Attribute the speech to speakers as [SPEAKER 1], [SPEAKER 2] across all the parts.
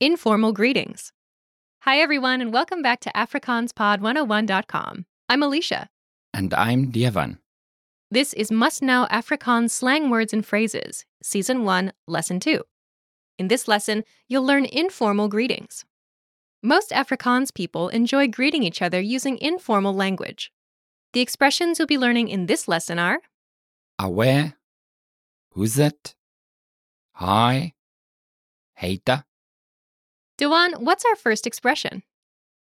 [SPEAKER 1] Informal greetings. Hi, everyone, and welcome back to AfrikaansPod101.com. I'm Alicia.
[SPEAKER 2] And I'm Dievan.
[SPEAKER 1] This is Must Know Afrikaans Slang Words and Phrases, Season 1, Lesson 2. In this lesson, you'll learn informal greetings. Most Afrikaans people enjoy greeting each other using informal language. The expressions you'll be learning in this lesson are
[SPEAKER 2] Awe, who's it? Hi, heita,
[SPEAKER 1] Dewan, what's our first expression?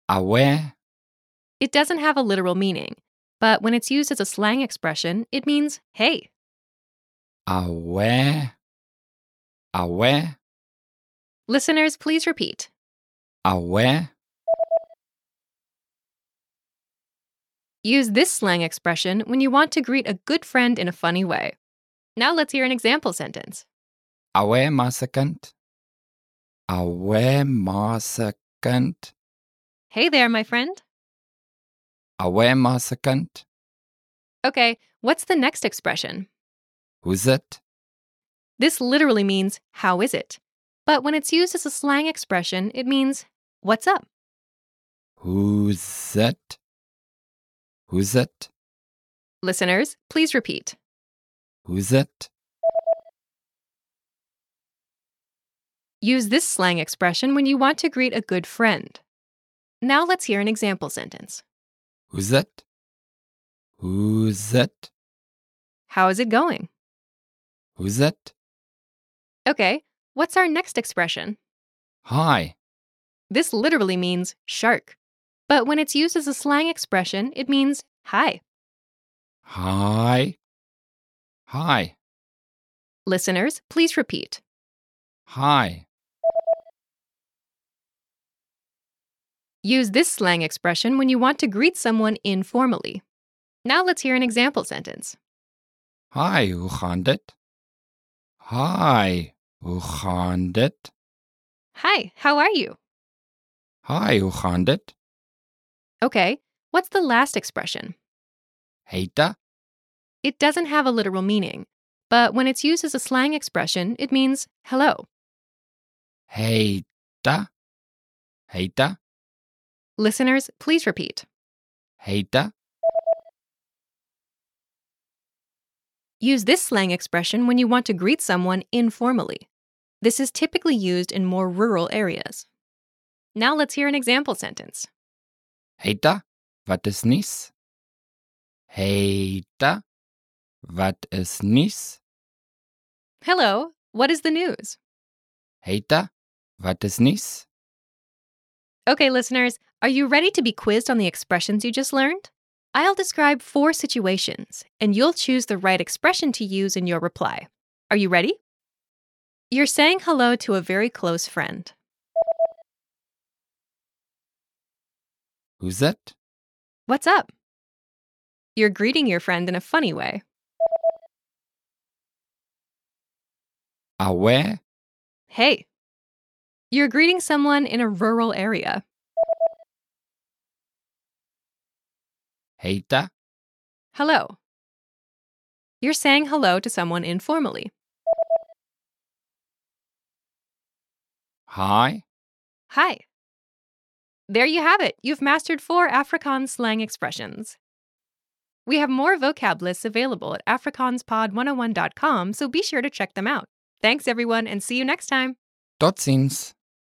[SPEAKER 2] awe,
[SPEAKER 1] It doesn't have a literal meaning, but when it's used as a slang expression, it means hey.
[SPEAKER 2] awe, awe,
[SPEAKER 1] Listeners, please repeat.
[SPEAKER 2] awe,
[SPEAKER 1] Use this slang expression when you want to greet a good friend in a funny way. Now let's hear an example sentence.
[SPEAKER 2] awe masekant, awe masekant,
[SPEAKER 1] Hey there, my friend.
[SPEAKER 2] awe masekant,
[SPEAKER 1] Okay, what's the next expression?
[SPEAKER 2] who's it?
[SPEAKER 1] This literally means, how is it? But when it's used as a slang expression, it means, what's up?
[SPEAKER 2] Who's it? Who's it?
[SPEAKER 1] Listeners, please repeat.
[SPEAKER 2] Who's it?
[SPEAKER 1] Use this slang expression when you want to greet a good friend. Now let's hear an example sentence.
[SPEAKER 2] Who's it? Who's it?
[SPEAKER 1] How is it going?
[SPEAKER 2] Who's it?
[SPEAKER 1] Okay, what's our next expression?
[SPEAKER 2] Hi,
[SPEAKER 1] This literally means shark. But when it's used as a slang expression, it means hi.
[SPEAKER 2] hi, hi.
[SPEAKER 1] Listeners, please repeat.
[SPEAKER 2] Hi,
[SPEAKER 1] Use this slang expression when you want to greet someone informally. Now let's hear an example sentence.
[SPEAKER 2] hi, hoe gaan dit? Hi, hoe gaan dit?
[SPEAKER 1] Hi, how are you?
[SPEAKER 2] Hi, hoe gaan dit?
[SPEAKER 1] Okay, what's the last expression?
[SPEAKER 2] Heita,
[SPEAKER 1] It doesn't have a literal meaning, but when it's used as a slang expression, it means hello.
[SPEAKER 2] heita, heita,
[SPEAKER 1] Listeners, please repeat.
[SPEAKER 2] heita,
[SPEAKER 1] Use this slang expression when you want to greet someone informally. This is typically used in more rural areas. Now let's hear an example sentence.
[SPEAKER 2] heita. Wat is nies? Heita, wat is nies?
[SPEAKER 1] Hello, what is the news?
[SPEAKER 2] Heita, wat is nies?
[SPEAKER 1] Okay, listeners, are you ready to be quizzed on the expressions you just learned? I'll describe four situations, and you'll choose the right expression to use in your reply. Are you ready? You're saying hello to a very close friend.
[SPEAKER 2] Who's it?
[SPEAKER 1] What's up? You're greeting your friend in a funny way.
[SPEAKER 2] Awe,
[SPEAKER 1] Hey. You're greeting someone in a rural area.
[SPEAKER 2] heita,
[SPEAKER 1] Hello. You're saying hello to someone informally.
[SPEAKER 2] hi,
[SPEAKER 1] Hi. There you have it. You've mastered four Afrikaans slang expressions. We have more vocab lists available at afrikaanspod101.com, so be sure to check them out. Thanks, everyone, and see you next time.
[SPEAKER 2] tot ziens.